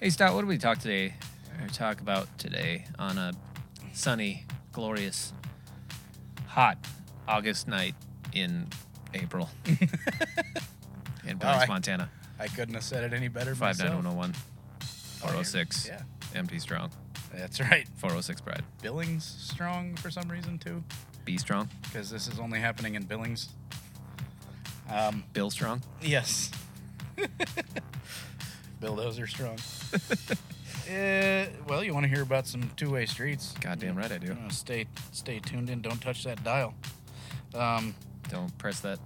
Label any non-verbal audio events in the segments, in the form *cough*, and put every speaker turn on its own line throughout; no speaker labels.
Hey, Stott, what did we talk today, or talk about today on a sunny, glorious, hot August night in
*laughs*
April in
Wow,
Pines,
I-
Montana?
I couldn't have said it any better
Five nine
myself.
one zero one four zero
oh,
six.
Yeah,
Empty strong.
oh that's right.
406 Pride.
Billings strong for some reason too,
Be strong.
because this is only happening in Billings. Um,
Bill strong.
*laughs* yes. Bulldozer strong. uh, well, you want to hear about some two-way streets?
Goddamn right I do.
Uh, stay, stay tuned in. Don't touch that dial. Um,
Don't press that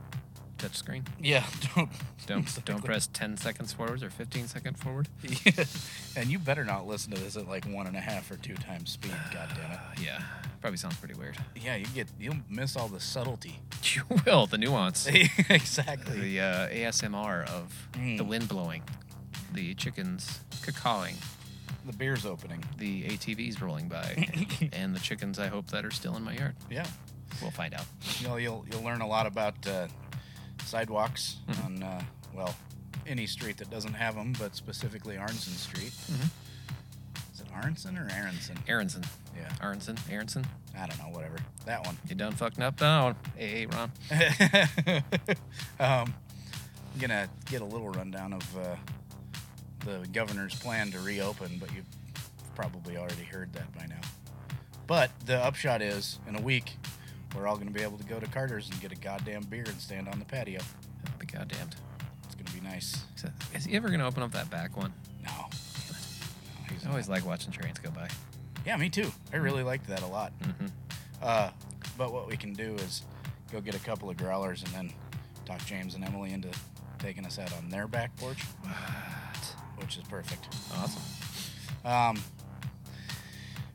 touch
*laughs*
screen.
yeah, don't.
Don't
*laughs*
don't
Exactly.
press 10 seconds forwards or 15 second forward.
and you better not listen to this at like one and a half or two times
*sighs*
speed. God damn it.
Uh, yeah, probably sounds pretty weird. *laughs*
Yeah, you get you'll miss all the subtlety.
You will the nuance.
*laughs* exactly.
the uh, ASMR of the
Mm.
wind blowing, the chickens cacawing,
The beer's opening.
the ATVs rolling
*laughs*
by, and the chickens I hope that are still in my yard.
Yeah,
We'll find out.
you know, you'll you'll learn a lot about uh, sidewalks
Mhm.
on uh, well any street that doesn't have them, but specifically Arnson Street.
Mhm.
Is it Arnson or Aronson?
Aronson,
Yeah,
Aronson, Aronson.
I don't know. Whatever that one.
You done fucking up now? Hey, hey, Ron.
*laughs* um, I'm gonna get a little rundown of uh, the governor's plan to reopen, but you've probably already heard that by now. But the upshot is, in a week, we're all gonna be able to go to Carter's and get a goddamn beer and stand on the patio.
I'll be goddamned.
It's gonna be nice.
So, is he ever gonna open up that back one?
No. No, he's
I always like watching trains go by.
Yeah, me too. I really liked that a lot.
hmm
Uh, but what we can do is go get a couple of growlers and then talk James and Emily into taking us out on their back porch, which is perfect. *laughs*
Awesome.
Um,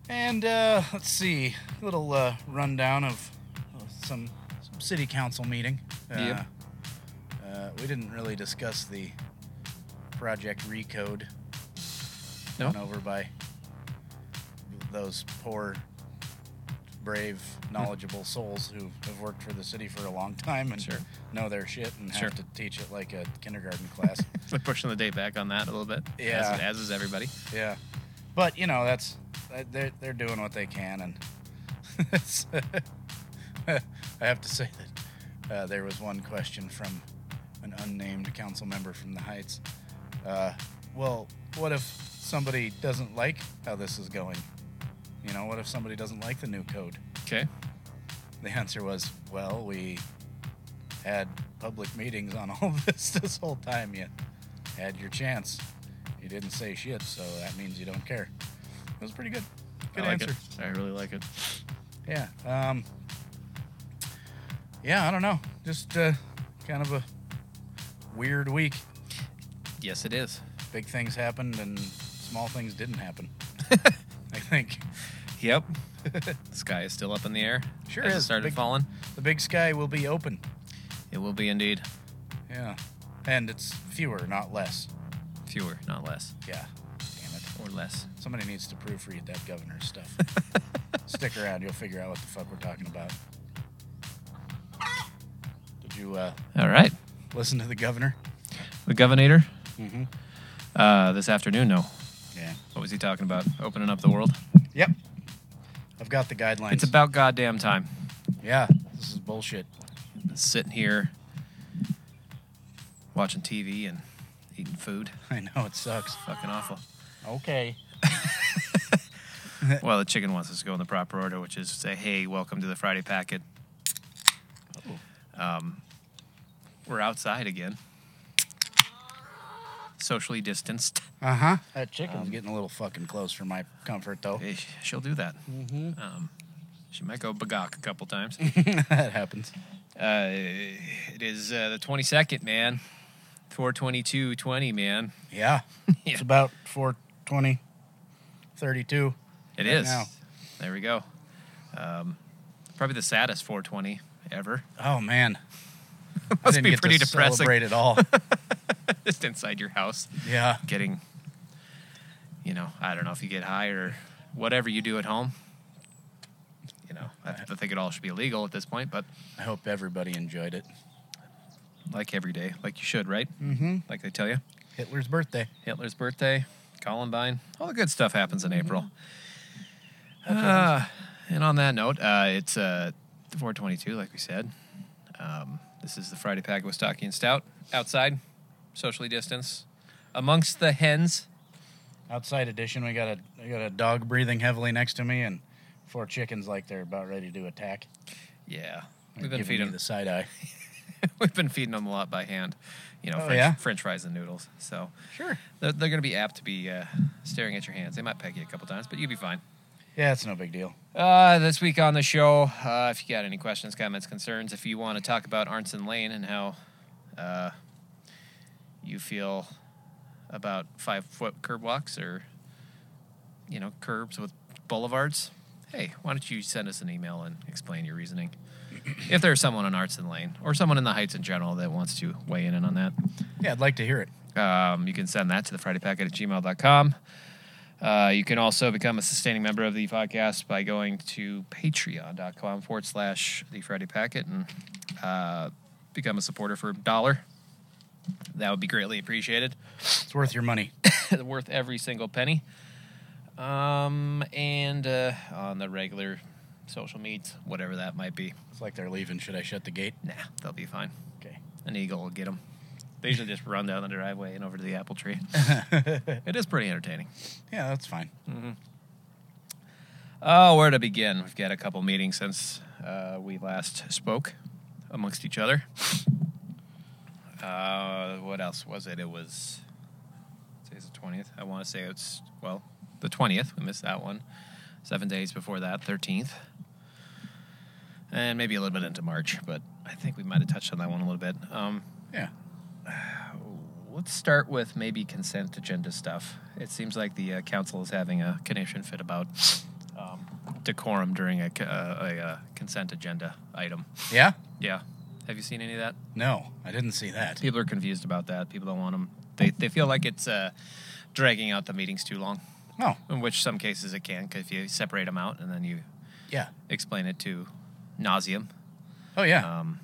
and uh, let's see, a little uh, rundown of some, some city council meeting. Uh,
Yep.
uh, we didn't really discuss the Project Recode
No?
run over by those poor, brave, knowledgeable souls who have worked for the city for a long time and
Sure.
know their shit and
Sure.
have to teach it like a kindergarten class.
So pushing the date back on that a little bit.
Yeah.
As, as is everybody.
Yeah, but you know that's that- they're they're doing what they can, and *laughs* it's- I have to say that uh, there was one question from an unnamed council member from the Heights. Uh, well, what if somebody doesn't like how this is going? You know, what if somebody doesn't like the new code?
Okay.
The answer was, well, we had public meetings on all *laughs* this this whole time. You had your chance. You didn't say shit, so that means you don't care. It was pretty good. Good
I like
answer.
It. I really like it.
Yeah. Um, yeah, I don't know. Just uh, kind of a weird week.
Yes, it is.
Big things happened and small things didn't *laughs* happen. I think.
*laughs* Yep. Sky is still up in the air.
Sure
As It
is.
started
Big-
falling.
The big sky will be open.
It will be indeed
Yeah. And it's fewer, not less.
fewer, not less,
Yeah. Damn it.
or less.
Somebody needs to proofread that governor's *laughs* stuff. Stick around, you'll figure out what the fuck we're talking about. Did you uh,
All right.
listen to the governor?
The governor
Mm-hmm.
uh, this afternoon. No.
Yeah.
What was he talking about? Opening up the world.
Yep. I've got the guidelines.
It's about goddamn time.
yeah. This is bullshit.
Sitting here, watching TV and eating food.
*laughs* I know it sucks.
Fucking awful.
Okay.
Well, the chicken wants us to go in the proper order, which is say, "Hey, welcome to the Friday packet."
Oh.
Um, we're outside again, socially distanced.
Uh huh. That chicken's getting a little fucking close for my comfort, though.
Eh, She'll do that.
Mm-hmm.
Um, she might go bagok a couple times. *laughs*
*laughs* that happens.
uh, it is uh, the twenty second, man. Four twenty two twenty, man.
*laughs* Yeah.
Yeah.
It's about 420, 32.
It
Right
is.
now.
There we go. Um, probably the saddest four twenty ever. *laughs*
Oh, *laughs* man. I
Must
didn't
be
get
pretty
to
depressing.
celebrate at *laughs* all.
*laughs* Just inside your house.
yeah.
getting you know i don't know if you get high or whatever you do at home you know i, I think it all should be illegal at this point but
I hope everybody enjoyed it.
like every day like you should right
Mm-hmm.
like they tell you
Hitler's birthday.
hitler's birthday Columbine. All the good stuff happens
Mm-hmm.
in April. Uh, and on that note, uh, it's uh, 422, like we said. Um, this is the Friday Pack with Stocky and Stout. Outside, socially distance, amongst the hens.
Outside edition, we got a I got a dog breathing heavily next to me and four chickens like they're about ready to attack.
Yeah, we've
They're
been
giving
feeding
me the side eye.
*laughs* we've been feeding them a lot by hand. You know,
Oh,
French,
yeah?
French fries and noodles. So
Sure.
they're, they're going to be apt to be uh, staring at your hands. They might peck you a couple times, but you'll be fine.
Yeah, it's no big deal.
Uh, this week on the show, uh, if you got any questions, comments, concerns, if you want to talk about Arnson Lane and how uh, you feel about five foot curb walks or, you know, curbs with boulevards, hey, why don't you send us an email and explain your reasoning? if there's someone on Arnson Lane or someone in the Heights in general that wants to weigh in on that,
Yeah, I'd like to hear it.
um, you can send that to the Friday Packet at gmail.com. Uh, you can also become a sustaining member of the podcast by going to patreon.com forward slash the Friday Packet and uh, become a supporter for a dollar. That would be greatly appreciated. *laughs*
It's worth your money.
Worth every single penny. Um, and uh, on the regular social meets, whatever that might be.
It's like they're leaving. Should I shut the gate? *laughs*
Nah, they'll be fine.
Okay.
An eagle will get them. They usually just run down the driveway and over to the apple tree. it is pretty entertaining.
Yeah, that's fine.
Oh, where to begin? We've got a couple meetings since uh, we last spoke amongst each other. Uh, what else was it? It was today's the twentieth. I want to say it's well the twentieth. We missed that one. Seven days before that, thirteenth, and maybe a little bit into March. But I think we might have touched on that one a little bit. Um,
Yeah.
let's start with maybe consent agenda stuff. It seems like the uh, council is having a conniption fit about um, decorum during a, c- uh, a, uh consent agenda item.
Yeah.
Yeah. Have you seen any of that?
No, I didn't see that.
People are confused about that. People don't want them. They, they feel like it's uh, dragging out the meetings too long,
Oh,
in which some cases it can, 'cause if you separate them out and then you
yeah.
explain it to nauseum.
Oh, yeah.
Um,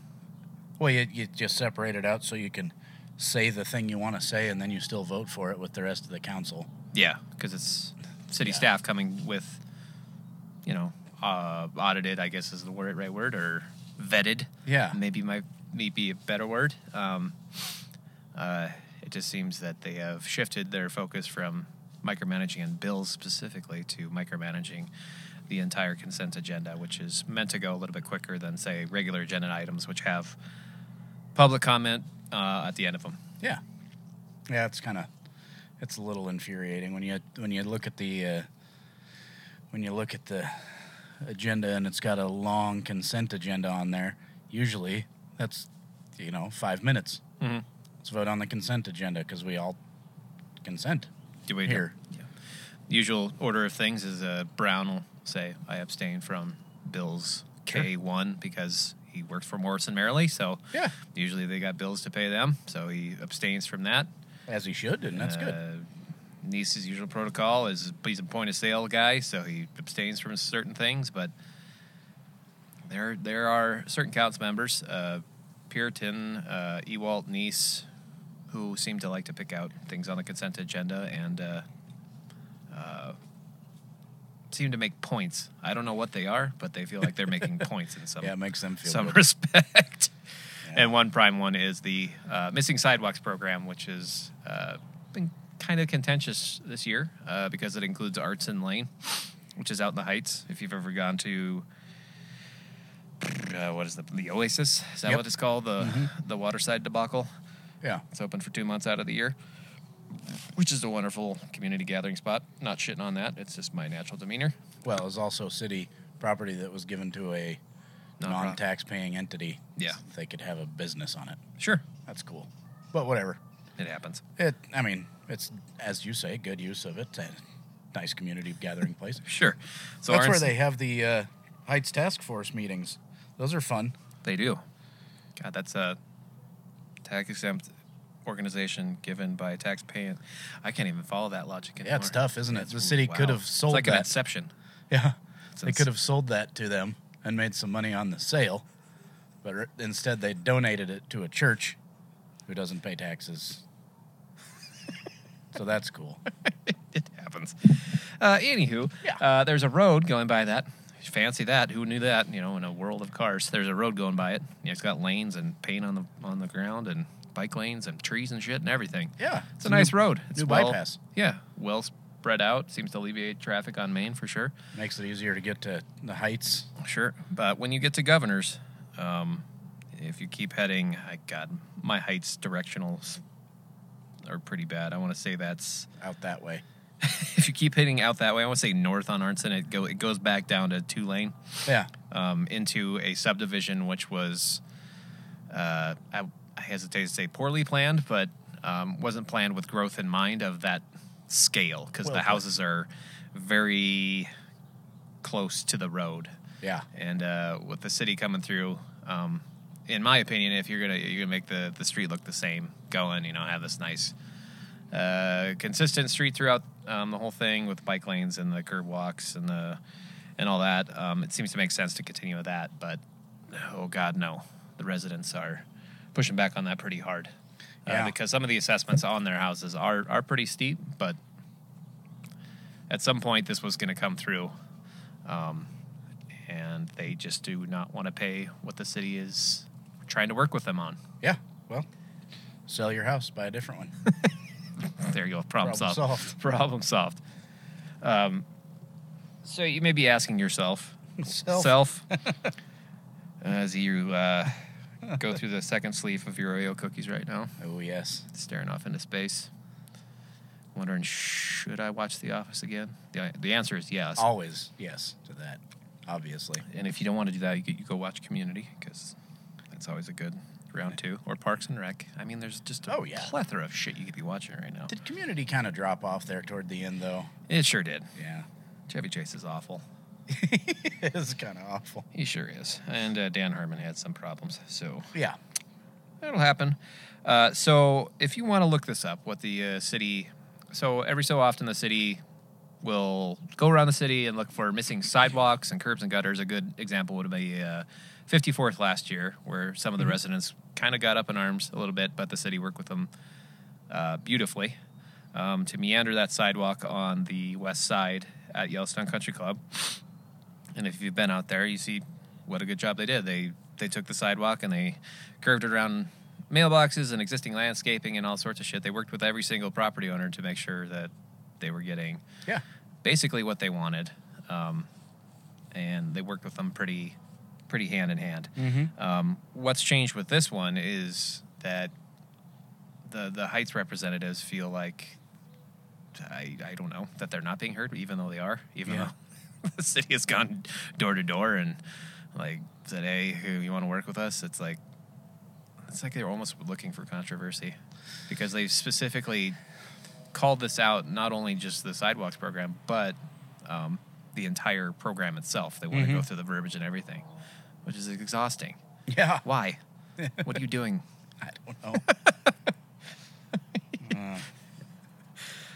Well, you, you just separate it out so you can say the thing you want to say and then you still vote for it with the rest of the council.
Yeah, because it's city
Yeah.
staff coming with, you know, uh, audited. I guess is the word right word or vetted.
Yeah.
Maybe my maybe a better word. Um, uh, it just seems that they have shifted their focus from micromanaging and bills specifically to micromanaging the entire consent agenda, which is meant to go a little bit quicker than say regular agenda items, which have public comment uh, at the end of them.
Yeah. Yeah, it's kind of it's a little infuriating when you when you look at the uh, when you look at the agenda and it's got a long consent agenda on there. Usually, that's you know five minutes.
Mhm.
Let's vote on the consent agenda because we all consent.
Do we
Here.
Yeah. Usual order of things is uh, Brown will say, "I abstain from bills
Sure.
K one because he worked for Morrison Merrily, so
Yeah,
usually they got bills to pay them, so he abstains from that.
as he should, and that's good.
Uh, Niece's usual protocol is he's a point of sale guy, so he abstains from certain things. But there, there are certain council members, uh, Puritan, uh, Ewalt, Nice, who seem to like to pick out things on the consent agenda and uh, uh, seem to make points. I don't know what they are, but they feel like they're
*laughs*
making points in some
yeah, it makes them feel
some *laughs*
good.
respect.
Yeah.
And one prime one is the uh, Missing Sidewalks program, which has uh, been kind of contentious this year uh, because it includes Arts and Lane, which is out in the Heights. If you've ever gone to uh, what is the the Oasis? Is that
Yep. Mm-hmm.
what it's called? The the Waterside debacle.
Yeah,
It's open for two months out of the year, which is a wonderful community gathering spot. Not shitting on that. It's just my natural demeanor.
well, it was also city property that was given to a
Nonprofit.
non-tax-paying entity.
Yeah.
so they could have a business on it.
Sure,
That's cool. But whatever.
it happens.
It. I mean, it's as you say, good use of it. and nice community gathering
*laughs*
place.
Sure. So
That's where
Arts-
they have the uh, Heights Task Force meetings. Those are fun.
They do. God, that's a tax exempt organization given by a taxpaying. I can't even follow that logic anymore.
Yeah, it's tough, isn't it?
It's-
The city could have sold
It's like an
that.
inception.
*laughs* Yeah,
It's
they
ins-
could have sold that to them and made some money on the sale, but r- instead they donated it to a church who doesn't pay taxes. so
*laughs*
that's cool.
it happens. Uh, anywho,
Yeah.
uh, there's a road going by that. Fancy that. Who knew that? You know, in a world of cars, there's a road going by it. You know, it's got lanes and paint on the on the ground and bike lanes and trees and shit and everything.
Yeah,
It's a nice road. It's
new
well,
bypass.
Yeah, well spread out. Seems to alleviate traffic on Maine for sure.
Makes it easier to get to the heights.
Sure. But when you get to Governor's, um, if you keep heading, I God, my heights directionals are pretty bad. I want to say that's *laughs*
out that way.
if you keep hitting out that way, I want to say north on Arnson, it go it goes back down to Tulane,
Yeah.
um, into a subdivision which was, uh, I, I hesitate to say poorly planned, but um, wasn't planned with growth in mind of that scale because
Well
the
planned.
houses are very close to the road,
Yeah.
and uh, with the city coming through. Um, in my opinion, if you're gonna you're gonna make the, the street look the same, going you know have this nice uh, consistent street throughout um, the whole thing with bike lanes and the curb walks and the and all that. Um, it seems to make sense to continue with that, but oh god, no, the residents are pushing back on that pretty hard uh,
Yeah.
because some of the assessments on their houses are are pretty steep, but at some point this was going to come through. Um, and they just do not want to pay what the city is trying to work with them on.
Yeah. Well, sell your house, buy a different one.
There you go. *laughs* Problem,
Problem
solved. *laughs*
solved. *laughs*
Problem solved. Um, so you may be asking yourself, uh,
Self. *laughs*
as you uh,
*laughs*
go through the second sleeve of your Oreo cookies right now,
Oh yes.
staring off into space, wondering, should I watch The Office again? The, the answer is yes.
Always yes to that. Obviously.
And if you don't want to do that, you, could- you go watch Community because that's always a good round two. Or Parks and Rec. I mean, there's just a
Oh, yeah.
plethora of shit you could be watching right now.
Did community kind of drop off there toward the end though?
It sure did.
Yeah. *laughs*
Chevy Chase is awful.
it's kind of awful.
He sure is. And uh, Dan Harmon had some problems, so
Yeah.
that'll happen. Uh, so if you want to look this up, what the uh, city, so every so often the city will go around the city and look for missing sidewalks and curbs and gutters. A good example would be uh, 54th last year, where some of the residents kind of got up in arms a little bit, but the city worked with them uh, beautifully um, to meander that sidewalk on the west side at Yellowstone Country Club. And if you've been out there, you see what a good job they did. They they took the sidewalk and they curved it around mailboxes and existing landscaping and all sorts of shit. They worked with every single property owner to make sure that they were getting
Yeah.
basically what they wanted, um, and they worked with them pretty pretty hand in hand.
Mm-hmm.
Um, what's changed with this one is that the the Heights representatives feel like I I don't know that they're not being heard, even though they are, even
Yeah.
though *laughs* the city has gone door to door and like said, hey, who you want to work with us? It's like it's like they're almost looking for controversy because they specifically called this out not only just the sidewalks program but um, the entire program itself. They want
Mhm.
to go through the verbiage and everything, which is exhausting.
Yeah.
Why? what are you doing?
I
*laughs*
don't know. Uh,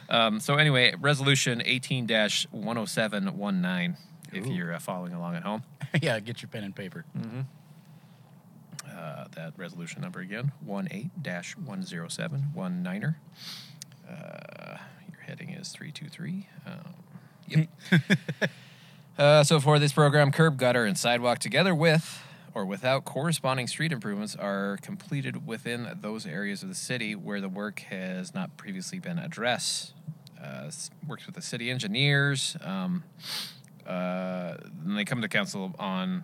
Um, so anyway, resolution 18-10719 if
Ooh.
you're uh, following along at home.
yeah. Get your pen
*laughs*
and paper.
Uh, that resolution number again, 18-10719. Uh, your heading is 323. Um, yep. Uh, so for this program, curb gutter and sidewalk together with or without corresponding street improvements are completed within those areas of the city where the work has not previously been addressed. Uh, s- works with the city engineers. Um, uh, then they come to council on,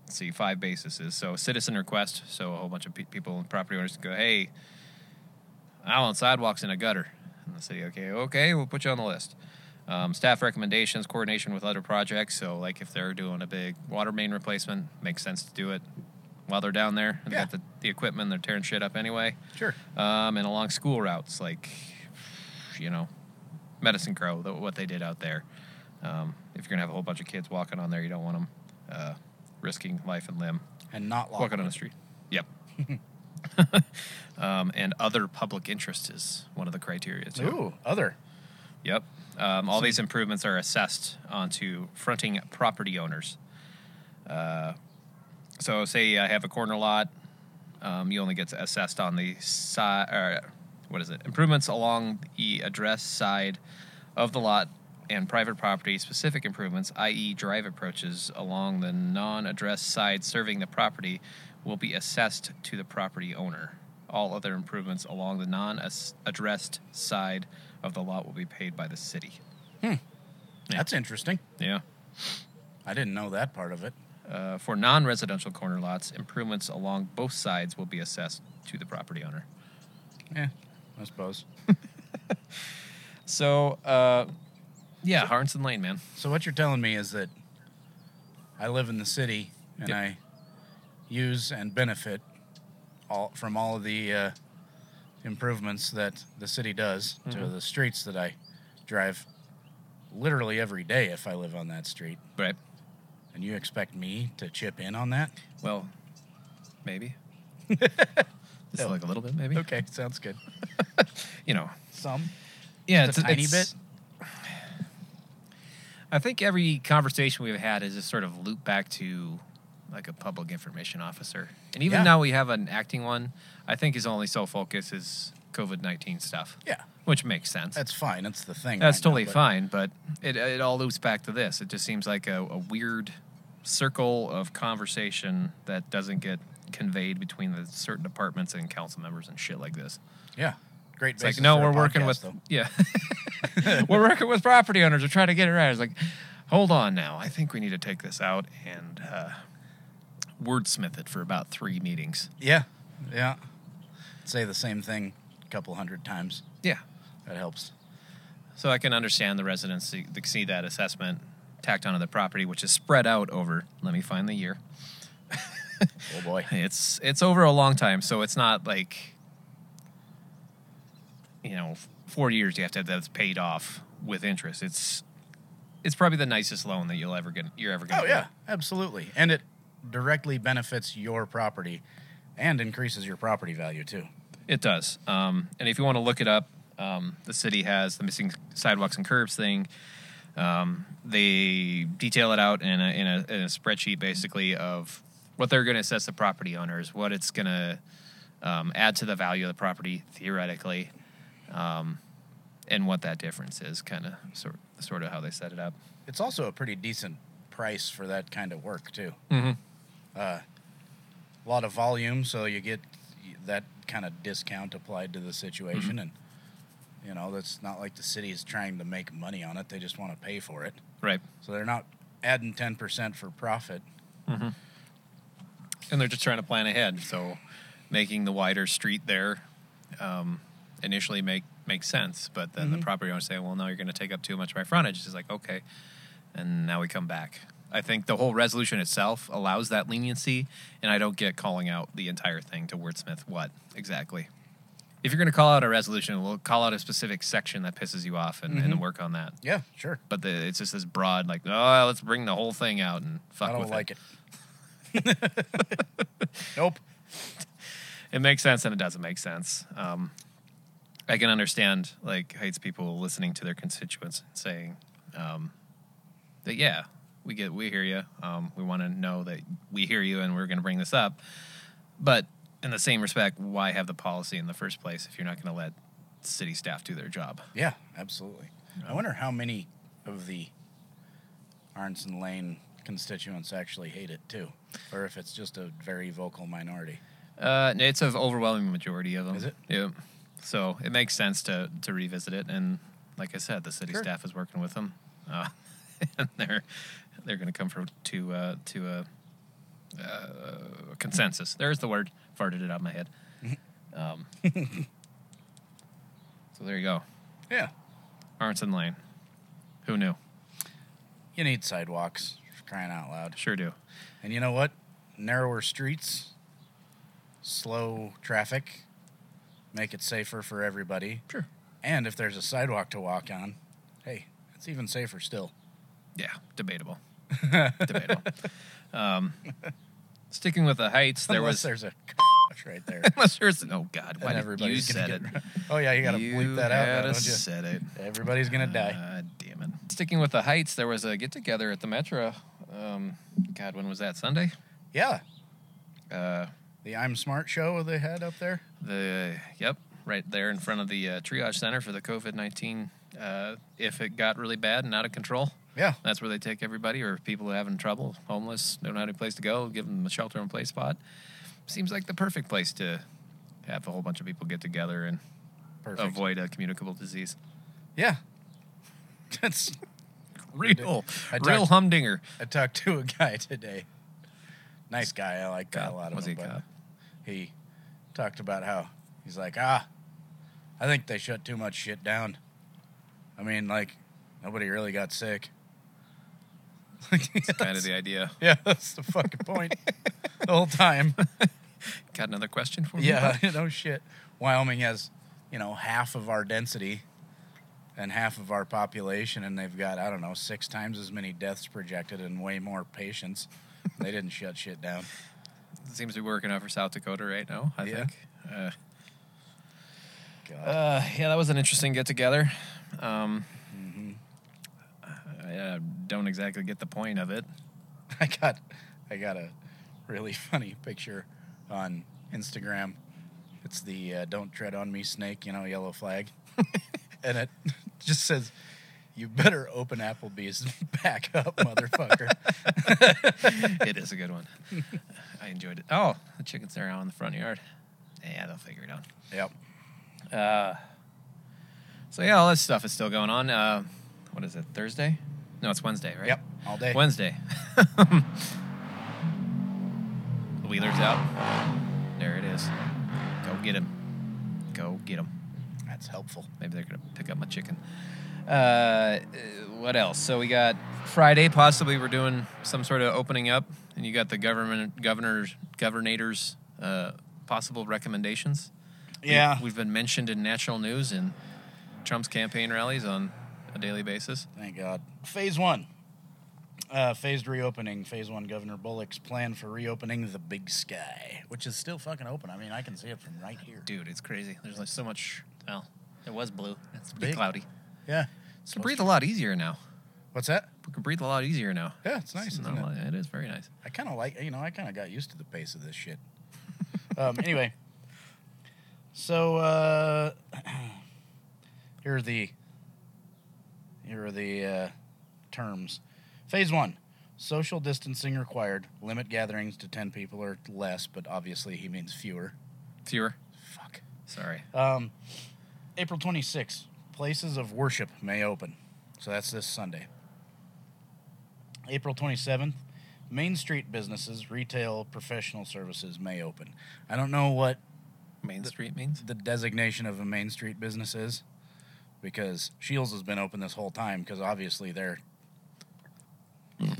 let's see, five bases. So citizen request. So a whole bunch of pe- people and property owners go, hey, I want sidewalks in a gutter. And the city, okay, okay, we'll put you on the list. Um, staff recommendations, coordination with other projects. So, like if they're doing a big water main replacement, makes sense to do it while they're down there. They
Yeah.
got the, the equipment, they're tearing shit up anyway.
Sure.
Um, and along school routes, like, you know, Medicine Crow, the, what they did out there. Um, if you're going to have a whole bunch of kids walking on there, you don't want them uh, risking life and limb
And not lock.
walking on the street. Yep. um, and other public interest is one of the criteria, too.
Ooh. Other.
Yep. Um, all these improvements are assessed onto fronting property owners. Uh, so, say I have a corner lot, um, you only get assessed on the side, or what is it? Improvements along the address side of the lot and private property specific improvements, i.e., drive approaches along the non address side serving the property, will be assessed to the property owner. All other improvements along the non addressed side of the lot will be paid by the city.
That's interesting.
Yeah.
I didn't know that part of it.
Uh, for non residential corner lots, improvements along both sides will be assessed to the property owner.
Yeah, I suppose.
So, uh, yeah, Harnson Lane, man.
So what you're telling me is that I live in the city and
Yep.
I use and benefit all from all of the uh, improvements that the city does to
Mm-hmm.
the streets that I drive literally every day if I live on that street.
Right.
And you expect me to chip in on that?
Well, maybe. *laughs* Just
No.
like a little bit, maybe.
Okay, sounds good.
You know.
Some.
Yeah,
Just a tiny
I think every conversation we've had is just sort of loop back to like a public information officer, and even
Yeah.
now we have an acting one. I think his only sole focus is COVID nineteen stuff,
Yeah,
which makes sense.
that's fine. That's the thing.
That's
right now,
totally
but-
fine, but it it all loops back to this. It just seems like a, a weird circle of conversation that doesn't get conveyed between the certain departments and council members and shit like this.
Yeah. Great.
It's like
basis
no,
for a
we're working
podcast,
with *laughs*
though.
yeah, *laughs* we're working with property owners. We're trying to get it right. It's like, hold on now. I think we need to take this out and uh, wordsmith it for about three meetings.
Yeah, yeah. Say the same thing a couple hundred times.
Yeah,
That helps.
So I can understand the residents to to see that assessment tacked onto the property, which is spread out over. Let me find the year.
Oh boy.
It's it's over a long time, so it's not like you know four years you have to have that paid off with interest. It's it's probably the nicest loan that you'll ever get. You're ever gonna.
*laughs* Oh
get.
yeah, absolutely. And it directly benefits your property and increases your property value too.
It does. Um, and if you want to look it up, um, the city has the missing sidewalks and curbs thing. Um, they detail it out in a, in, a, in a spreadsheet basically of what they're going to assess the property owners, what it's going to um, add to the value of the property theoretically, um, and what that difference is, kind of sort, sort of how they set it up.
It's also a pretty decent price for that kind of work too.
Mm-hmm.
A lot of volume, so you get that kind of discount applied to the situation and you know, that's not like the city is trying to make money on it. They just want to pay for it.
Right.
So they're not adding 10% for profit.
and they're just trying to plan ahead. So, making the wider street there um, initially make makes sense, but then
Mm-hmm.
the property owner say, "Well, no, you're going to take up too much of my frontage." It's like, okay, and now we come back. I think the whole resolution itself allows that leniency, and I don't get calling out the entire thing to wordsmith what exactly. If you're going to call out a resolution, we'll call out a specific section that pisses you off and,
Mm-hmm.
and work on that.
Yeah, sure.
But the, it's just this broad, like, oh, let's bring the whole thing out and fuck
I
with
don't
it.
like it.
*laughs*
nope.
it makes sense and it doesn't make sense. Um, I can understand like Heights people listening to their constituents saying um, that yeah, we get we hear you. Um, we want to know that we hear you and we're going to bring this up. But in the same respect, why have the policy in the first place if you're not going to let city staff do their job?
Yeah, absolutely. I wonder how many of the Arnson Lane constituents actually hate it too, or if it's just a very vocal minority.
Uh, it's an overwhelming majority of them.
Is it?
Yeah. So it makes sense to to revisit it, and like I said, the city
Sure.
staff is working with them, uh, *laughs* and they're they're going to come from to uh, to a uh, consensus. There's the word. Farted it out of my head.
Mm-hmm.
Um, *laughs* so there you go,
Yeah.
Arnson Lane. Who knew?
You need sidewalks, for crying out loud.
Sure do.
And you know what? Narrower streets, slow traffic, make it safer for everybody.
Sure.
And if there's a sidewalk to walk on, hey, it's even safer
*laughs*
still.
Yeah, debatable.
*laughs*
debatable. Um, sticking with the heights, there
Unless
was
there's a right
*laughs*
there.
Unless there's oh god, why did
and
you
everybody's
said
gonna
it?
get. Oh yeah, *laughs* you gotta
you
bleep that
had
out, now,
a uh,
don't you?
said it.
Everybody's gonna die.
God damn it. Sticking with the heights, there was a get together at the Metro. Um, god, when was that? Sunday.
Yeah,
Uh,
the I'm Smart show they had up there.
the yep, right there in front of the uh, triage center for the COVID 19. Uh, if it got really bad and out of control,
Yeah.
that's where they take everybody or people who are having trouble, homeless, don't have any place to go, give them a shelter in place spot. Seems like the perfect place to have a whole bunch of people get together and
Perfect.
avoid a communicable disease.
Yeah. *laughs* That's.
*laughs* Real,
I
real
talked-
humdinger.
I talked to a guy today. Nice guy. I like that a
Cop.
lot. Of
Was
him,
he a
but
cop?
He talked about how he's like, ah, I think they shut too much shit down. I mean, like nobody really got sick. *laughs*
Kind of the idea.
yeah, that's the fucking point. the whole time.
Got another question for me?
*laughs* Yeah, no shit. Wyoming has, you know, half of our density and half of our population, and they've got, I don't know, six times as many deaths projected and way more patients. they didn't shut shit down.
*laughs* seems to be working out for South Dakota right now. I
Yeah.
think. Uh,
God.
uh, yeah, that was an interesting get together. Um,
Mm-hmm.
I uh, don't exactly get the point
*laughs*
of it.
I got I got a really *laughs* funny picture on Instagram. It's the uh, "Don't tread on me, snake," you know, yellow flag, *laughs* and it *laughs* just says, "You better open Applebee's *laughs* back
*laughs*
up, motherfucker."
it is a good one. I enjoyed it. Oh, the chickens are out in the front yard. Yeah, they'll figure it out.
yep.
Uh, so yeah, all this stuff is still going on. Uh, what is it? Thursday? No, it's Wednesday, right?
Yep. All day.
Wednesday. *laughs* the wheeler's out. There it is. Go get him. Go get him.
That's helpful.
Maybe they're gonna pick up my chicken. Uh, uh, what else? So we got Friday. Possibly we're doing some sort of opening up, and you got the government governors governators uh, possible recommendations. We-
Yeah.
we've been mentioned in national news and Trump's campaign rallies on a daily basis.
Thank God. Phase one. Uh, phased reopening. Phase one. Governor Bullock's plan for reopening the Big Sky, which is still fucking open. I mean, I can see it from right here.
Dude, it's crazy. There's like so much. Well, it was blue. It's
Big.
pretty cloudy.
Yeah.
You can breathe a lot easier now.
What's that?
We can breathe a lot easier now.
Yeah, it's nice,
It's
isn't
not
it?
a lot- it is very nice.
I kind of like, you know, I kind of got used to the pace of this shit. *laughs* um, anyway, so uh, *clears throat* here are the here are the uh, terms. Phase one: social distancing required. Limit gatherings to ten people or less, but obviously he means fewer.
Fewer.
Fuck.
Sorry.
Um, April 26th, places of worship may open. So that's this Sunday. April 27th, Main Street businesses, retail, professional services may open. I don't know what
Main Street means.
the designation of a Main Street business is because Shields has been open this whole time because obviously they're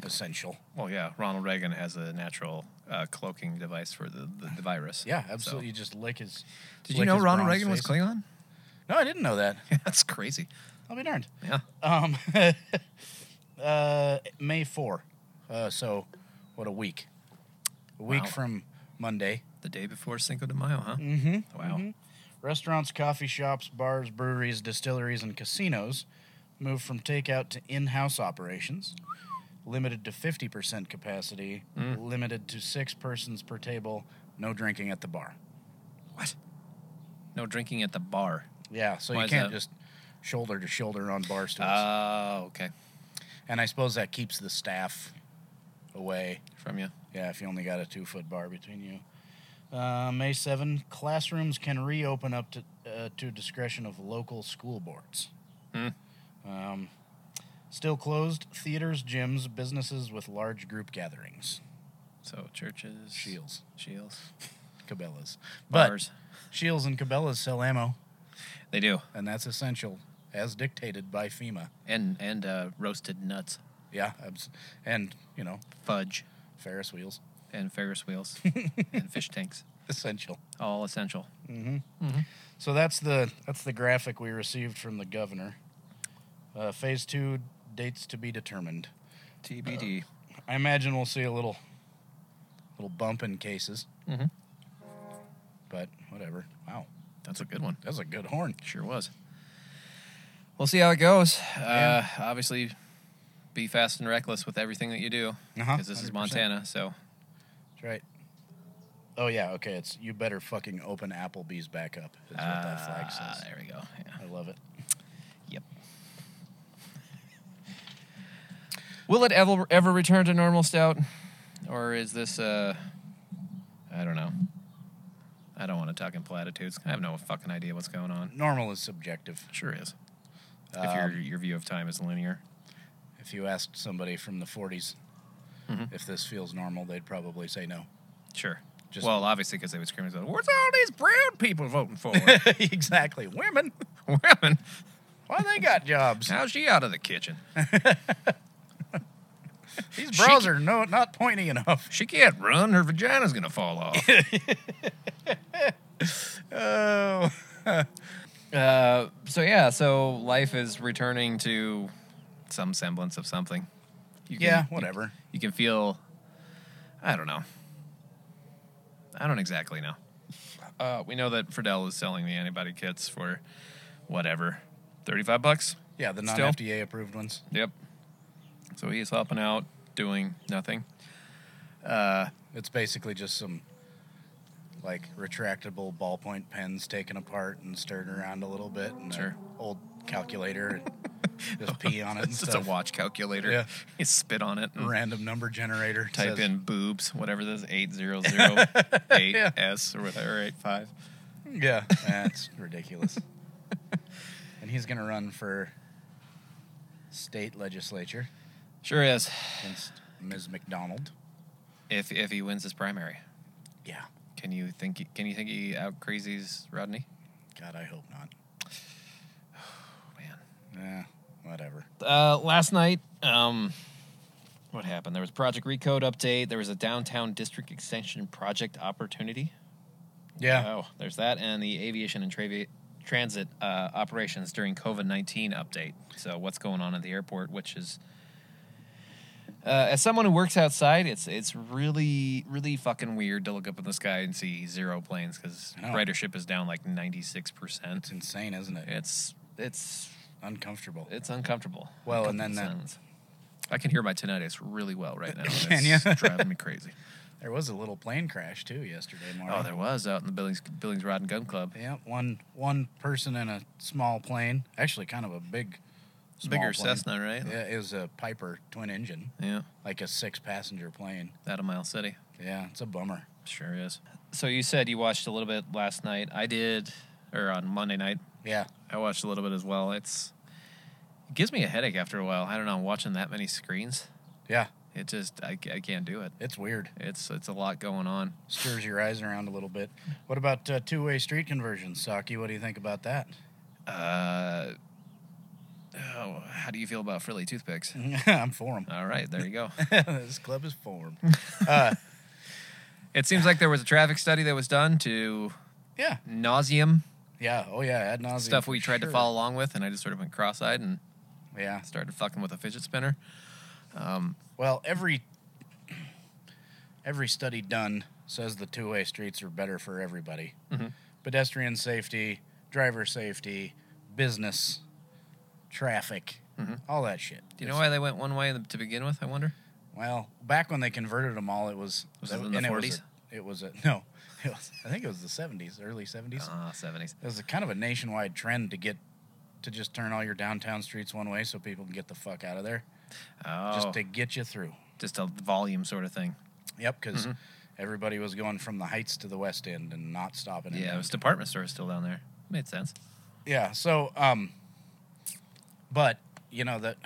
essential.
Well, yeah. Ronald Reagan has a natural uh, cloaking device for the, the, the virus.
Yeah,
So-
absolutely. You just lick his.
Did you
lick
know
his
Ronald
bronze
Reagan was
face.
Klingon? *laughs*
No, I didn't know that.
That's crazy.
I'll be darned.
Yeah.
Um, *laughs* uh, May 4. Uh, so, what a week. A week
Wow.
from Monday.
The day before Cinco de Mayo, huh?
Mm-hmm.
Wow.
Restaurants, coffee shops, bars, breweries, distilleries, and casinos move from takeout to in house operations. Limited to 50% capacity,
Mm.
limited to six persons per table, no drinking at the bar.
What? No drinking at the bar.
Yeah, so
Why
you
is
can't
that?
just shoulder to shoulder on bar stools.
Oh, okay.
and I suppose that keeps the staff away.
From you.
Yeah, if you only got a two foot bar between you. Uh, May 7, classrooms can reopen up to, uh, to discretion of local school boards.
Hmm.
Um, still closed theaters, gyms, businesses with large group gatherings.
So churches,
Shields,
shields,
Cabela's. But
bars.
Shields and Cabela's sell ammo,
They do,
and that's essential, as dictated by FEMA.
and and uh, roasted nuts,
Yeah, abs- and, you know,
fudge,
Ferris wheels. *laughs*
and Ferris wheels, and fish tanks.
Essential.
All essential.
Mm-hmm. So that's the that's the graphic we received from the governor. Uh, phase two dates to be determined.
TBD.
I imagine we'll see a little little bump in cases,
hmm
but whatever. Wow,
That's a good one.
that's a good horn.
Sure was. We'll see how it goes. Uh,
Yeah.
obviously, be fast and reckless with everything that you do,
Uh-huh,
because this is
100%.
Montana. So
That's right. Oh yeah, okay. It's you better fucking open Applebee's back up. Is what that flag
Ah,
says.
there we go. Yeah.
I love it.
Yep. Will it ever ever return to normal stout, or is this uh, I don't know. I don't want to talk in platitudes. I have no fucking idea what's going on.
Normal is subjective.
Sure is. if your
Um,
your view of time is linear.
If you asked somebody from the 40s
Mhm.
if this feels normal, they'd probably say no.
Sure.
Just-
well, obviously, because they would scream, "What's all these brown people voting *laughs* for?
*laughs* exactly. Women,
Women?
why they got jobs?
How's she out of the kitchen?
These
She
bras
ca-
are no, not
*laughs*
pointy enough.
She can't run. Her vagina's gonna fall off." *laughs* *laughs*
Oh,
Uh, so yeah, so life is returning to some semblance of something. You
yeah,
you-
*laughs* whatever.
You, can feel. I don't know. I don't exactly know. Uh, we know that Friedel is selling the antibody kits for whatever, thirty-five bucks.
Yeah, the non
Still?
FDA approved ones.
Yep. So he's helping out, doing nothing.
It's basically just some like retractable ballpoint pens taken apart and stirred around a little bit, and a
Sure.
old calculator.
*laughs*
and just pee on it. And
It's just
stuff.
a watch calculator.
Yeah.
*laughs* He spit on it and
Random number generator.
type
says,
in boobs, whatever this eight
*laughs*
zero zero eight S or whatever eight five.
"Hmm, Yeah, that's *laughs*
*laughs*
ridiculous. And he's gonna run for state legislature
Sure is.
against Ms. McDonald.
If if he wins this primary,
Yeah.
can you think can you think he out crazies Rodney?
God, I hope not.
Oh man.
Yeah, whatever.
Uh, last night, um, what happened? There was Project Recode update. There was a downtown district extension project opportunity.
Yeah.
Oh, there's that, and the aviation and travi- transit uh, operations during COVID 19 update. So, what's going on at the airport, which is. Uh, as someone who works outside, it's it's really really fucking weird to look up in the sky and see zero planes because
I know.
ridership is down like ninety six
It's
percent.
insane, isn't it?
It's it's
Uncomfortable.
it's uncomfortable.
Well, and then that-
Uncomfortable silence. I can hear my tinnitus really well right *laughs* now.
Can
It's
ya?
driving me *laughs* crazy.
there was a little plane crash too yesterday morning.
Oh, there was out in the Billings Billings Rod and Gun Club.
Yeah, one one person in a small plane. Actually, kind of a big, small
Bigger
plane.
Cessna, right?
Yeah, it was a Piper twin engine,
yeah.
like a six passenger plane.
out of Mile City.
Yeah, it's a bummer.
Sure is. So you said you watched a little bit last night. I did, or on Monday night,
Yeah,
I watched a little bit as well. It's it gives me a headache after a while. I don't know. Watching that many screens,
yeah,
it just I, I can't do it.
it's weird.
It's it's a lot going on.
Stirs your eyes around a little bit. What about uh, two way street conversions, Saki? What do you think about that? *laughs*
Uh, oh, how do you feel about frilly toothpicks?
I'm for them.
All right, there you go.
*laughs*
*laughs*
this club is for 'em. Uh,
it seems like there was a traffic study that was done to
yeah,
nauseum
yeah. Oh yeah, ad nauseum.
stuff
for
we tried
sure.
to follow along with, and I just sort of went cross-eyed and
Yeah.
started fucking with a fidget spinner. Um,
Well, every every study done says the two-way streets are better for everybody.
Mhm.
Pedestrian safety, driver safety, business, traffic,
Mhm.
all that shit.
Do you know why they went one way to begin with? I wonder.
Well, back when they converted them all, it was
Was it in the
and
40s?
It was a, *laughs* it was a no. It was, I think it was the 70s, early 70s.
Ah, seventies.
It was a kind of a nationwide trend to get to just turn all your downtown streets one way so people can get the fuck out of there,
Oh,
just
just
to
a,
get you through.
volume sort of thing.
Yep, because
Mhm.
everybody was going from the Heights to the West End and not stopping. in
Yeah, it was
Denton.
department stores still down there. Made sense.
yeah. So, um, but you know that,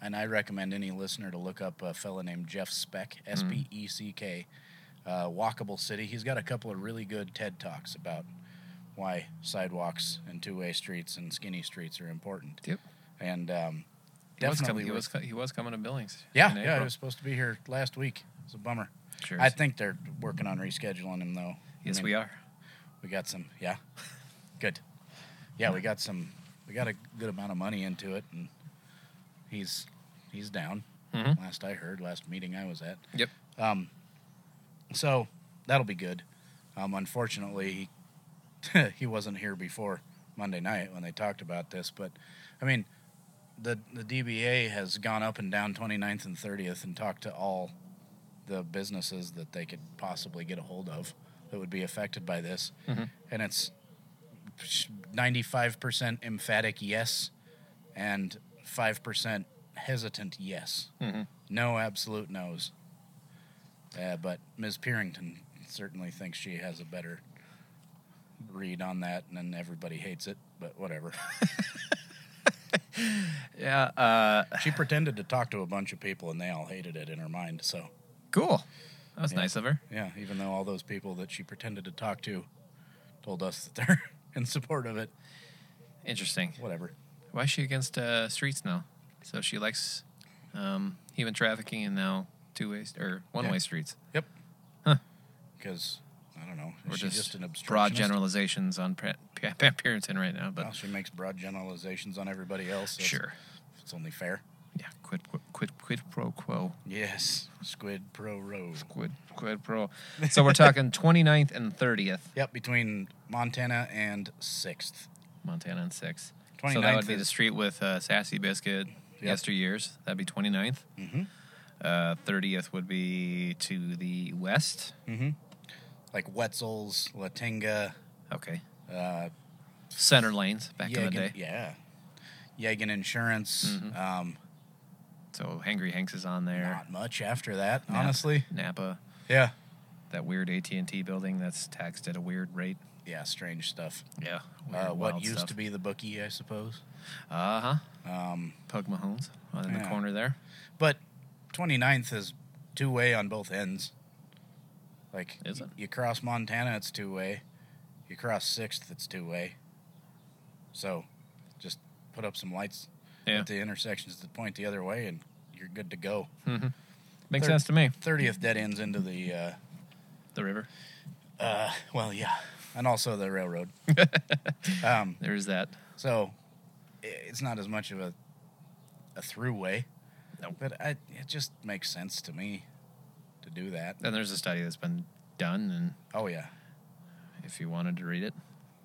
and I recommend any listener to look up a fella named Jeff Speck, S
Mm-hmm.
P E C K, uh, Walkable City. He's got a couple of really good TED talks about why sidewalks and two-way streets and skinny streets are important.
Yep.
And um,
He was,
definitely,
coming, he,
with-
was, co- he was coming to Billings.
yeah,
in
yeah. He
April.
was supposed to be here last week. It's a bummer.
Sure.
I
is.
think they're working on rescheduling him though.
yes,
I mean,
we are.
we got some, yeah. Good. Yeah, we got some. We got a good amount of money into it, and he's he's down.
Mhm.
Last I heard, last meeting I was at.
Yep.
Um, so that'll be good. Um, unfortunately, he, *laughs* he wasn't here before Monday night when they talked about this. But I mean, the the DBA has gone up and down 29th and 30th and talked to all the businesses that they could possibly get a hold of that would be affected by this,
Mhm.
and it's ninety-five percent emphatic yes, and five percent hesitant yes.
Mhm.
No absolute no's. Uh, but Ms. Peerington certainly thinks she has a better read on that, and then everybody hates it. But whatever.
Yeah. Uh,
she pretended to talk to a bunch of people, and they all hated it in her mind. So.
cool. That was
Yeah.
nice of her.
Yeah, even though all those people that she pretended to talk to told us that they're *laughs* in support of it.
Interesting.
Whatever.
Why is she against uh, streets now? So she likes um, human trafficking and now two way or one way
Yeah.
streets.
Yep.
Huh.
Because, I don't know.
We're
Is she
just,
just, an
broad
obstructionist?
generalizations on Pat, Pat Puritan right now, but
Well, she makes broad generalizations on everybody else. so it's-
sure.
It's only fair.
Yeah, quid, quid, quid, quid pro quo.
Yes. Squid pro row.
Quid, quid pro. So we're
*laughs*
talking 29th and 30th,
Yep, between Montana and 6th.
Montana and 6th. So that
29th
would be the
is-
street with uh, Sassy Biscuit,
Yep.
yesteryears. That'd be 29th.
Mm
Uh, 30th would be to the west.
hmm. Mm hmm. Like Wetzel's, Latinga,
Okay.
uh,
Center lanes back in the
Yagan-
day.
Yeah. Yagan Insurance.
Mhm.
Um,
So Hangry Hanks is on there.
Not much after that,
Nap-
honestly.
Napa,
Yeah.
that weird AT and T building that's taxed at a weird rate.
Yeah, strange stuff.
Yeah.
Uh, what used to be the bookie, I suppose.
Uh huh.
Um,
Pug Mahomes on in the
Yeah.
corner there.
but 29th is two way on both ends. Like,
Is it?
you cross Montana, it's two way. You cross 6th, it's two way. So just put up some lights
Yeah.
at the intersections that point the other way, and you're good to go.
hmm Makes
Third-
sense to me.
30th dead ends into the, uh,
The river.
uh, well, yeah, and also the railroad.
*laughs*
um,
There's that.
So i- it's not as much of a a throughway.
Nope.
But I, it just makes sense to me to do that.
And there's a study that's been done, and
Oh yeah.
if you wanted to read it,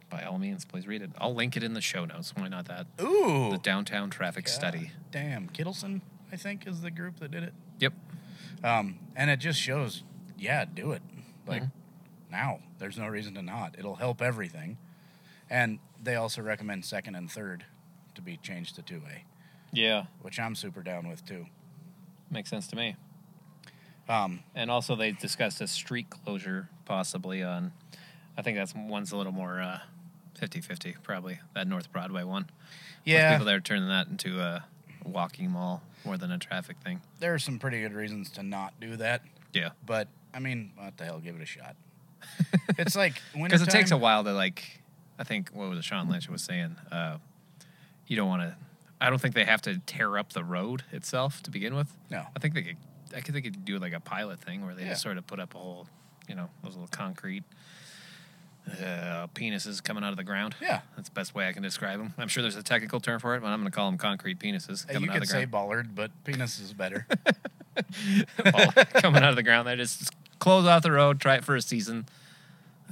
by all means, please read it. I'll link it in the show notes. Why not that?
Ooh.
The downtown traffic
God
study.
Damn, Kittleson, I think is the group that did it.
Yep.
Um, and it just shows, yeah, do it. Like
Mhm.
now, there's no reason to not. It'll help everything. And they also recommend second and third to be changed to two way,
Yeah.
which I'm super down with too.
Makes sense to me.
Um,
And also, they discussed a street closure possibly on. I think that's one's a little more 50 50, probably, that North Broadway one. Most
yeah,
people there turning that into a walking mall more than a traffic thing.
there are some pretty good reasons to not do that.
Yeah.
But I mean, what the hell? Give it
*laughs*
a shot. It's like
Because it takes a while to, like, I think, what was it, Sean Lynch was saying? Uh, you don't want to. I don't think they have to tear up the road itself to begin with.
No.
I think they could. I could they could do like a pilot thing where they
Yeah.
just sort of put up a whole, you know, those little concrete uh, penises coming out of the ground.
Yeah.
that's the best way I can describe them. I'm sure there's a technical term for it, but I'm going to call them concrete penises
Uh,
coming
You
out
could
of the
say
ground.
bollard, but penis
*laughs*
is better.
ball
*laughs*
*laughs* coming out of the ground. They just close off the road, try it for a season.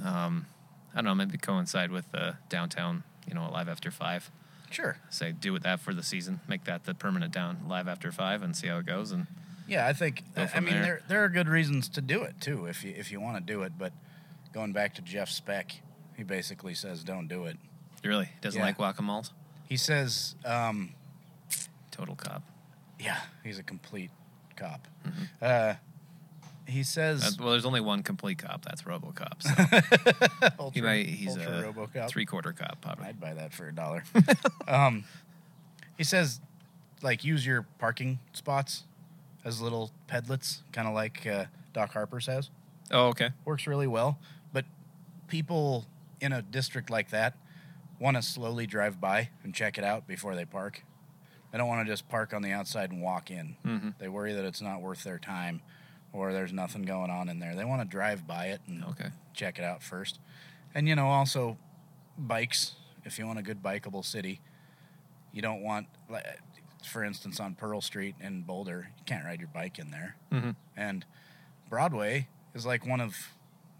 Um, I don't know, maybe coincide with uh, downtown, you know, live after five.
sure.
Say, do with that for the season, make that the permanent down live after five, and see how it goes. And
Yeah, I think.
Go
I
from
mean,
there.
there. there are good reasons to do it too, if you if you want to do it. But going back to Jeff Speck, he basically says don't do it.
really doesn't
Yeah.
like guacamole.
He says, um,
Total cop.
yeah, he's a complete cop.
Mm-hmm.
Uh, he
Uh,
says
well, there's only one complete cop. That's RoboCop. *laughs* So
*laughs* ultra,
he might, he's
ultra
a
RoboCop.
three-quarter cop, probably.
I'd buy that for a dollar. *laughs* um, he says, like, use your parking spots as little pedlets, kind of like uh, Doc Harper's has.
Oh, okay.
Works really well. But people in a district like that want to slowly drive by and check it out before they park. They don't want to just park on the outside and walk in.
hmm
They worry that it's not worth their time or there's nothing going on in there. They want to drive by it and
Okay.
check it out first. And you know, also bikes. If you want a good bikeable city, you don't want, like, for instance, on Pearl Street in Boulder, you can't ride your bike in there.
hmm
And Broadway is like one of,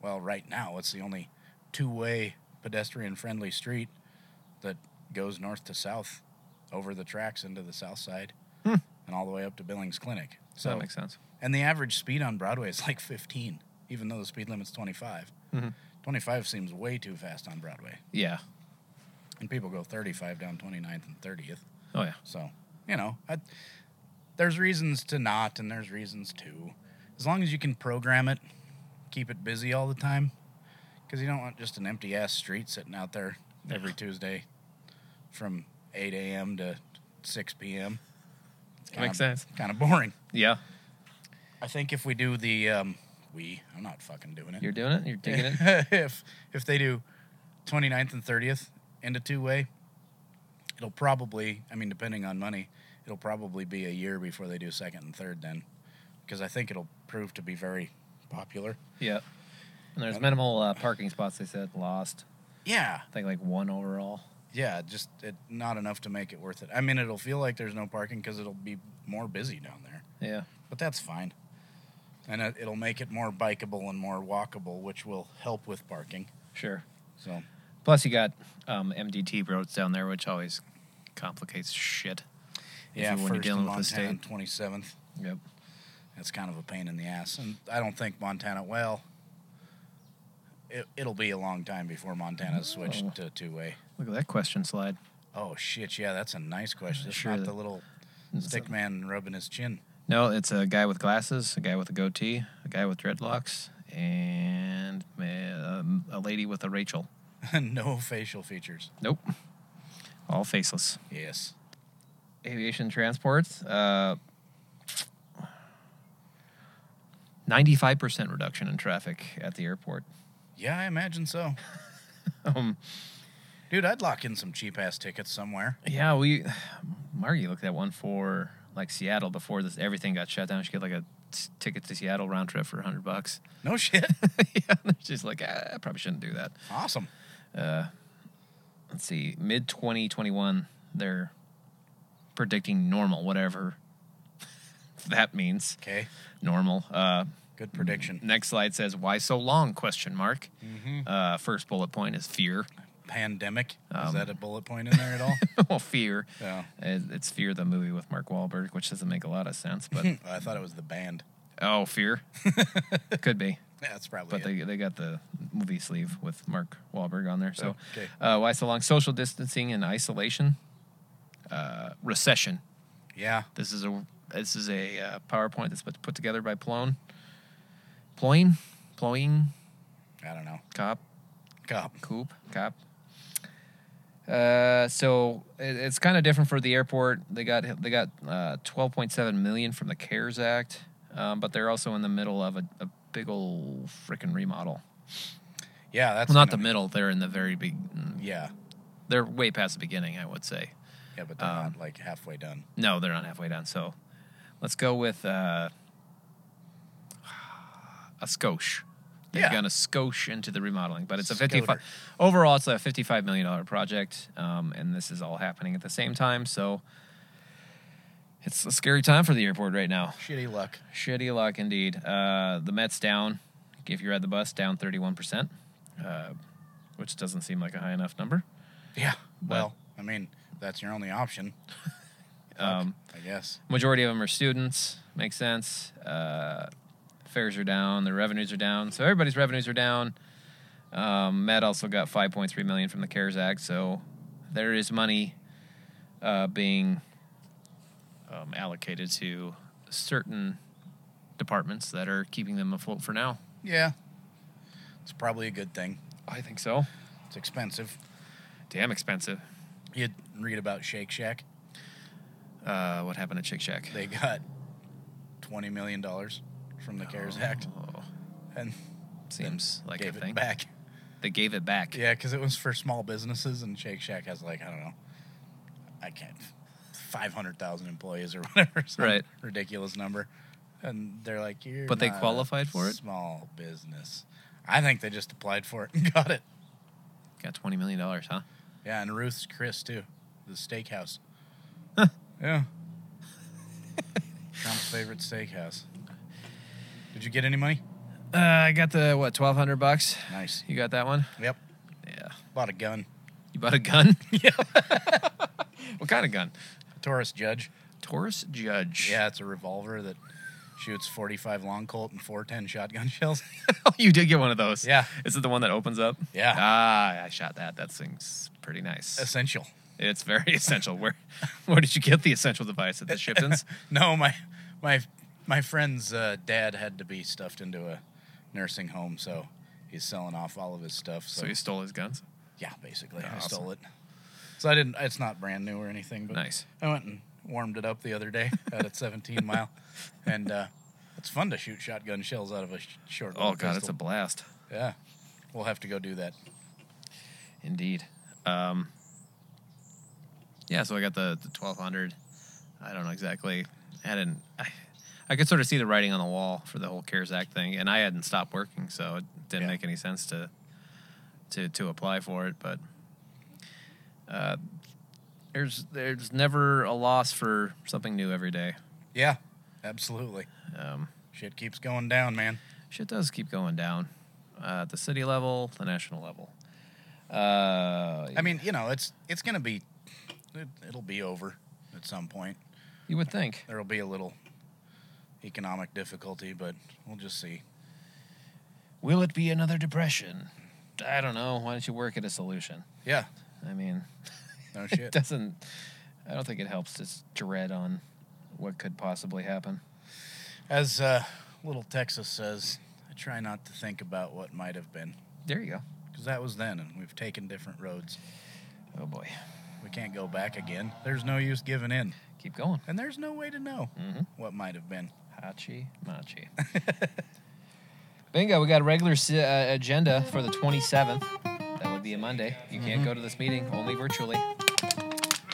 well, right now it's the only two-way pedestrian-friendly street that goes north to south, over the tracks into the south side,
Hmm.
and all the way up to Billings Clinic.
So
So,
that makes sense.
and the average speed on Broadway is like 15. even though the speed limit's 25.
Mhm.
25 seems way too fast on Broadway.
Yeah.
And people go 35 down 29th and 30th.
Oh yeah.
So, you know, I, there's reasons to not, and there's reasons to. As long as you can program it, keep it busy all the time, because you don't want just an empty ass street sitting out there every Tuesday from 8 a.m. to 6 p.m. It's
Makes sense.
Kind of boring.
Yeah.
I think if we do the um, we, I'm not fucking doing it.
You're doing it. You're digging it.
*laughs* if if they do 29th and 30th into two way, it'll probably, I mean, depending on money, it'll probably be a year before they do second and third then, because I think it'll prove to be very popular.
*laughs* Yeah. And there's minimal uh, parking spots. They said lost.
Yeah,
I think like one overall.
yeah, just it, not enough to make it worth it. I mean, it'll feel like there's no parking because it'll be more busy down there,
Yeah.
but that's fine. And it, it'll make it more bikeable and more walkable, which will help with parking.
Sure.
So,
Plus you got um, MDT roads down there, which always complicates shit. If
yeah,
you-
first
when you're dealing
in
with the
Montana,
state.
27th.
Yep.
That's kind of a pain in the ass. And I don't think Montana, well, it, it'll be a long time before Montana switched
Oh.
to two way.
Look at that question slide.
Oh, shit. Yeah, that's a nice question. It's
Sure
not
that-
the little
It's
stick man rubbing his chin. *laughs*
No, it's a guy with glasses, a guy with a goatee, a guy with dreadlocks, and ma- um, a lady with a Rachel.
no facial features.
Nope. All faceless.
Yes.
Aviation transports. Uh, 95% reduction in traffic at the airport.
Yeah, I imagine so.
Um,
Dude, I'd lock in some cheap ass tickets somewhere.
yeah, we. Margie looked at one for like Seattle before this everything got shut down. She got like a s- ticket to Seattle round trip for 100 bucks. *laughs*
No *laughs* shit.
yeah, she's like, ah, I probably shouldn't do that.
awesome.
uh, let's see, mid 2021, they're predicting normal, whatever *laughs* that means.
Okay.
Normal. Uh,
Good prediction.
next slide says, "Why so long?" Question mark.
Mm-hmm.
Uh, first bullet point is fear. *laughs*
Pandemic. Is
Um,
that a bullet point in there at all?
well, fear.
Yeah.
It, it's fear the movie with Mark Wahlberg, which doesn't make a lot of sense, *laughs* but
*laughs* I thought it was the band.
oh,
*laughs*
fear could be.
That's probably
But
it.
they they got the movie sleeve with Mark Wahlberg on there. So
Okay.
uh, why so long? Social distancing and isolation. Uh, recession.
Yeah.
This is a this is a uh, PowerPoint that's put, put together by Plone. Ploying, Ploying,
I don't know.
Cop,
Cop.
Coop, Cop. Uh, so it, it's kind of different for the airport. They got they got uh, 12.7 million from the CARES Act, um, but they're also in the middle of a, a big old frickin' remodel.
Yeah, that's
Well, not the
gonna-
middle. They're in the very big.
Yeah,
They're way past the beginning, I would say.
yeah, but they're
Um,
not like halfway done.
No, they're not halfway done. So let's go with uh, a skosh. They've
Yeah.
gone a skosh into the remodeling, but it's a
Skoder.
55. Overall, it's a $55 million project, um, and this is all happening at the same time. So it's a scary time for the airport right now.
Shitty luck.
Shitty luck indeed. Uh, the Mets down, if you ride the bus, down 31%, uh, which doesn't seem like a high enough number.
Yeah.
But-
Well, I mean, that's your only option,
*laughs* Um,
I guess.
majority of them are students. Makes sense. Uh, fares are down. Their revenues are down. So everybody's revenues are down. Um, Met also got 5.3 million from the CARES Act. So there is money uh, being um, allocated to certain departments that are keeping them afloat for now.
Yeah. It's probably a good thing.
I think so.
It's expensive.
Damn expensive.
You read about Shake Shack?
Uh, what happened at Shake Shack?
They got twenty million dollars from the CARES Act,
Oh,
and
seems like
gave
a
it
thing.
back.
They gave it back.
Yeah, because it was for small businesses, and Shake Shack has like I don't know, I can't, five hundred thousand employees or *laughs* whatever, some
Right.
Ridiculous number, and they're like, You're
But they
not a
qualified for it?
Small business. I think they just applied for it and *laughs* got it.
Got $20 million, huh?
Yeah, and Ruth's Chris too, the steakhouse. Yeah, Trump's favorite steakhouse. Did you get any money?
Uh, I got the what twelve hundred bucks.
Nice.
You got that one?
Yep.
Yeah.
Bought a gun.
You bought a
*laughs*
gun? *laughs* yeah. what kind of gun?
Taurus Judge.
Taurus Judge.
Yeah, it's a revolver that shoots 45 long Colt and 410 shotgun *laughs* shells.
*laughs* you did get one of those.
Yeah.
Is it the one that opens up?
Yeah.
Ah, I shot that. That thing's pretty nice.
Essential.
It's very *laughs* essential. Where where did you get the essential device
*laughs*
at the Shiptons?
No, my my my friend's uh, dad had to be stuffed into a nursing home, so he's selling off all of his stuff. So,
so you stole his guns.
yeah, basically,
Yeah,
I
awesome.
stole it. So I didn't. It's not brand new or anything, but
Nice.
I went and warmed it up the other day *laughs* out at 17 Mile, and uh, it's fun to shoot shotgun shells out of a sh- short.
Oh
little
god, it's a
pistol.
blast.
yeah. We'll have to go do that.
Indeed. Um, yeah, so I got the, the 1200. I don't know exactly. I hadn't. I, I could sort of see the writing on the wall for the whole CARES Act thing, and I hadn't stopped working, so it didn't
Yeah.
make any sense to to to apply for it. But uh, there's there's never a loss for something new every day.
Yeah, absolutely.
Um,
Shit keeps going down, man.
shit does keep going down uh, at the city level, the national level. Uh,
I mean, you know, it's it's gonna be, it, it'll be over at some point.
you would think.
There'll be a little economic difficulty, but we'll just see.
Will it be another depression? I don't know. Why don't you work at a solution?
Yeah,
I mean,
no
*laughs* it
shit.
doesn't. I don't think it helps to s- dread on what could possibly happen.
As uh, little Texas says, I try not to think about what might have been,
There you go.
because that was then, and we've taken different roads.
Oh boy,
We can't go back again. There's no use giving in,
keep going.
and there's no way to know
Mm-hmm.
what might have been.
Hachi
*laughs*
machi. Bingo. We got a regular si- uh, agenda for the 27th. That would be a Monday. You
Mm-hmm.
can't go to this meeting only virtually.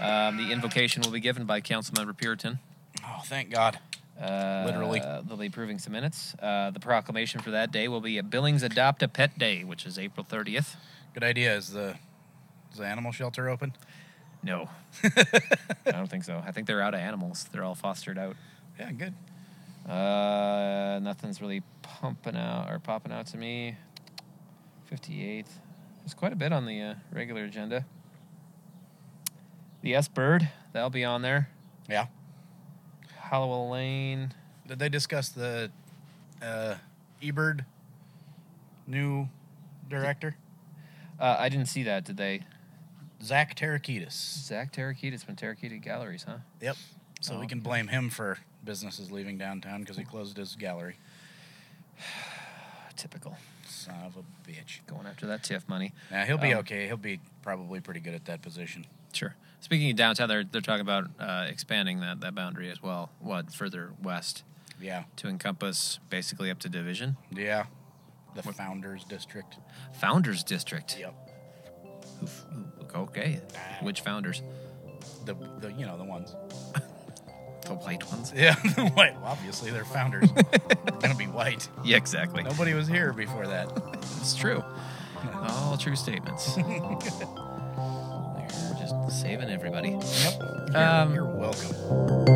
Um, the invocation will be given by Councilmember Puritan.
Oh, thank God.
Uh,
Literally.
They'll be approving some minutes. Uh, the proclamation for that day will be a Billings Adopt a Pet Day, which is April 30th.
Good idea. Is the is the animal shelter open? *laughs*
No, I don't think so. I think they're out of animals. They're all fostered out.
Yeah, good.
Uh, nothing's really pumping out or popping out to me. 58th. There's quite a bit on the uh, regular agenda. The S Bird, that'll be on there.
Yeah.
Hallowell Lane.
Did they discuss the uh, Ebird new director?
Uh, I didn't see that, did they?
Zach Tarakitis.
Zach Terrakita. It's been Terrakita Galleries, huh?
Yep. So
Oh,
we can blame him for businesses leaving downtown because he closed his gallery.
Typical.
Son of a bitch.
Going after that TIF money.
Now he'll be
Um,
okay. He'll be probably pretty good at that position.
Sure. Speaking of downtown, they're, they're talking about uh, expanding that, that boundary as well. What further west
Yeah.
to encompass basically up to Division,
Yeah. The founders district.
Founders District.
Yep.
Oof. Okay. Which Founders?
The, the you know the ones. *laughs*
The white ones.
Yeah. the white. Well, obviously they're founders. Gonna be white.
*laughs* Yeah, exactly.
Nobody was here before that.
It's *laughs* true. All true *laughs* statements. they're just saving everybody.
Yep. You're,
Um,
you're welcome.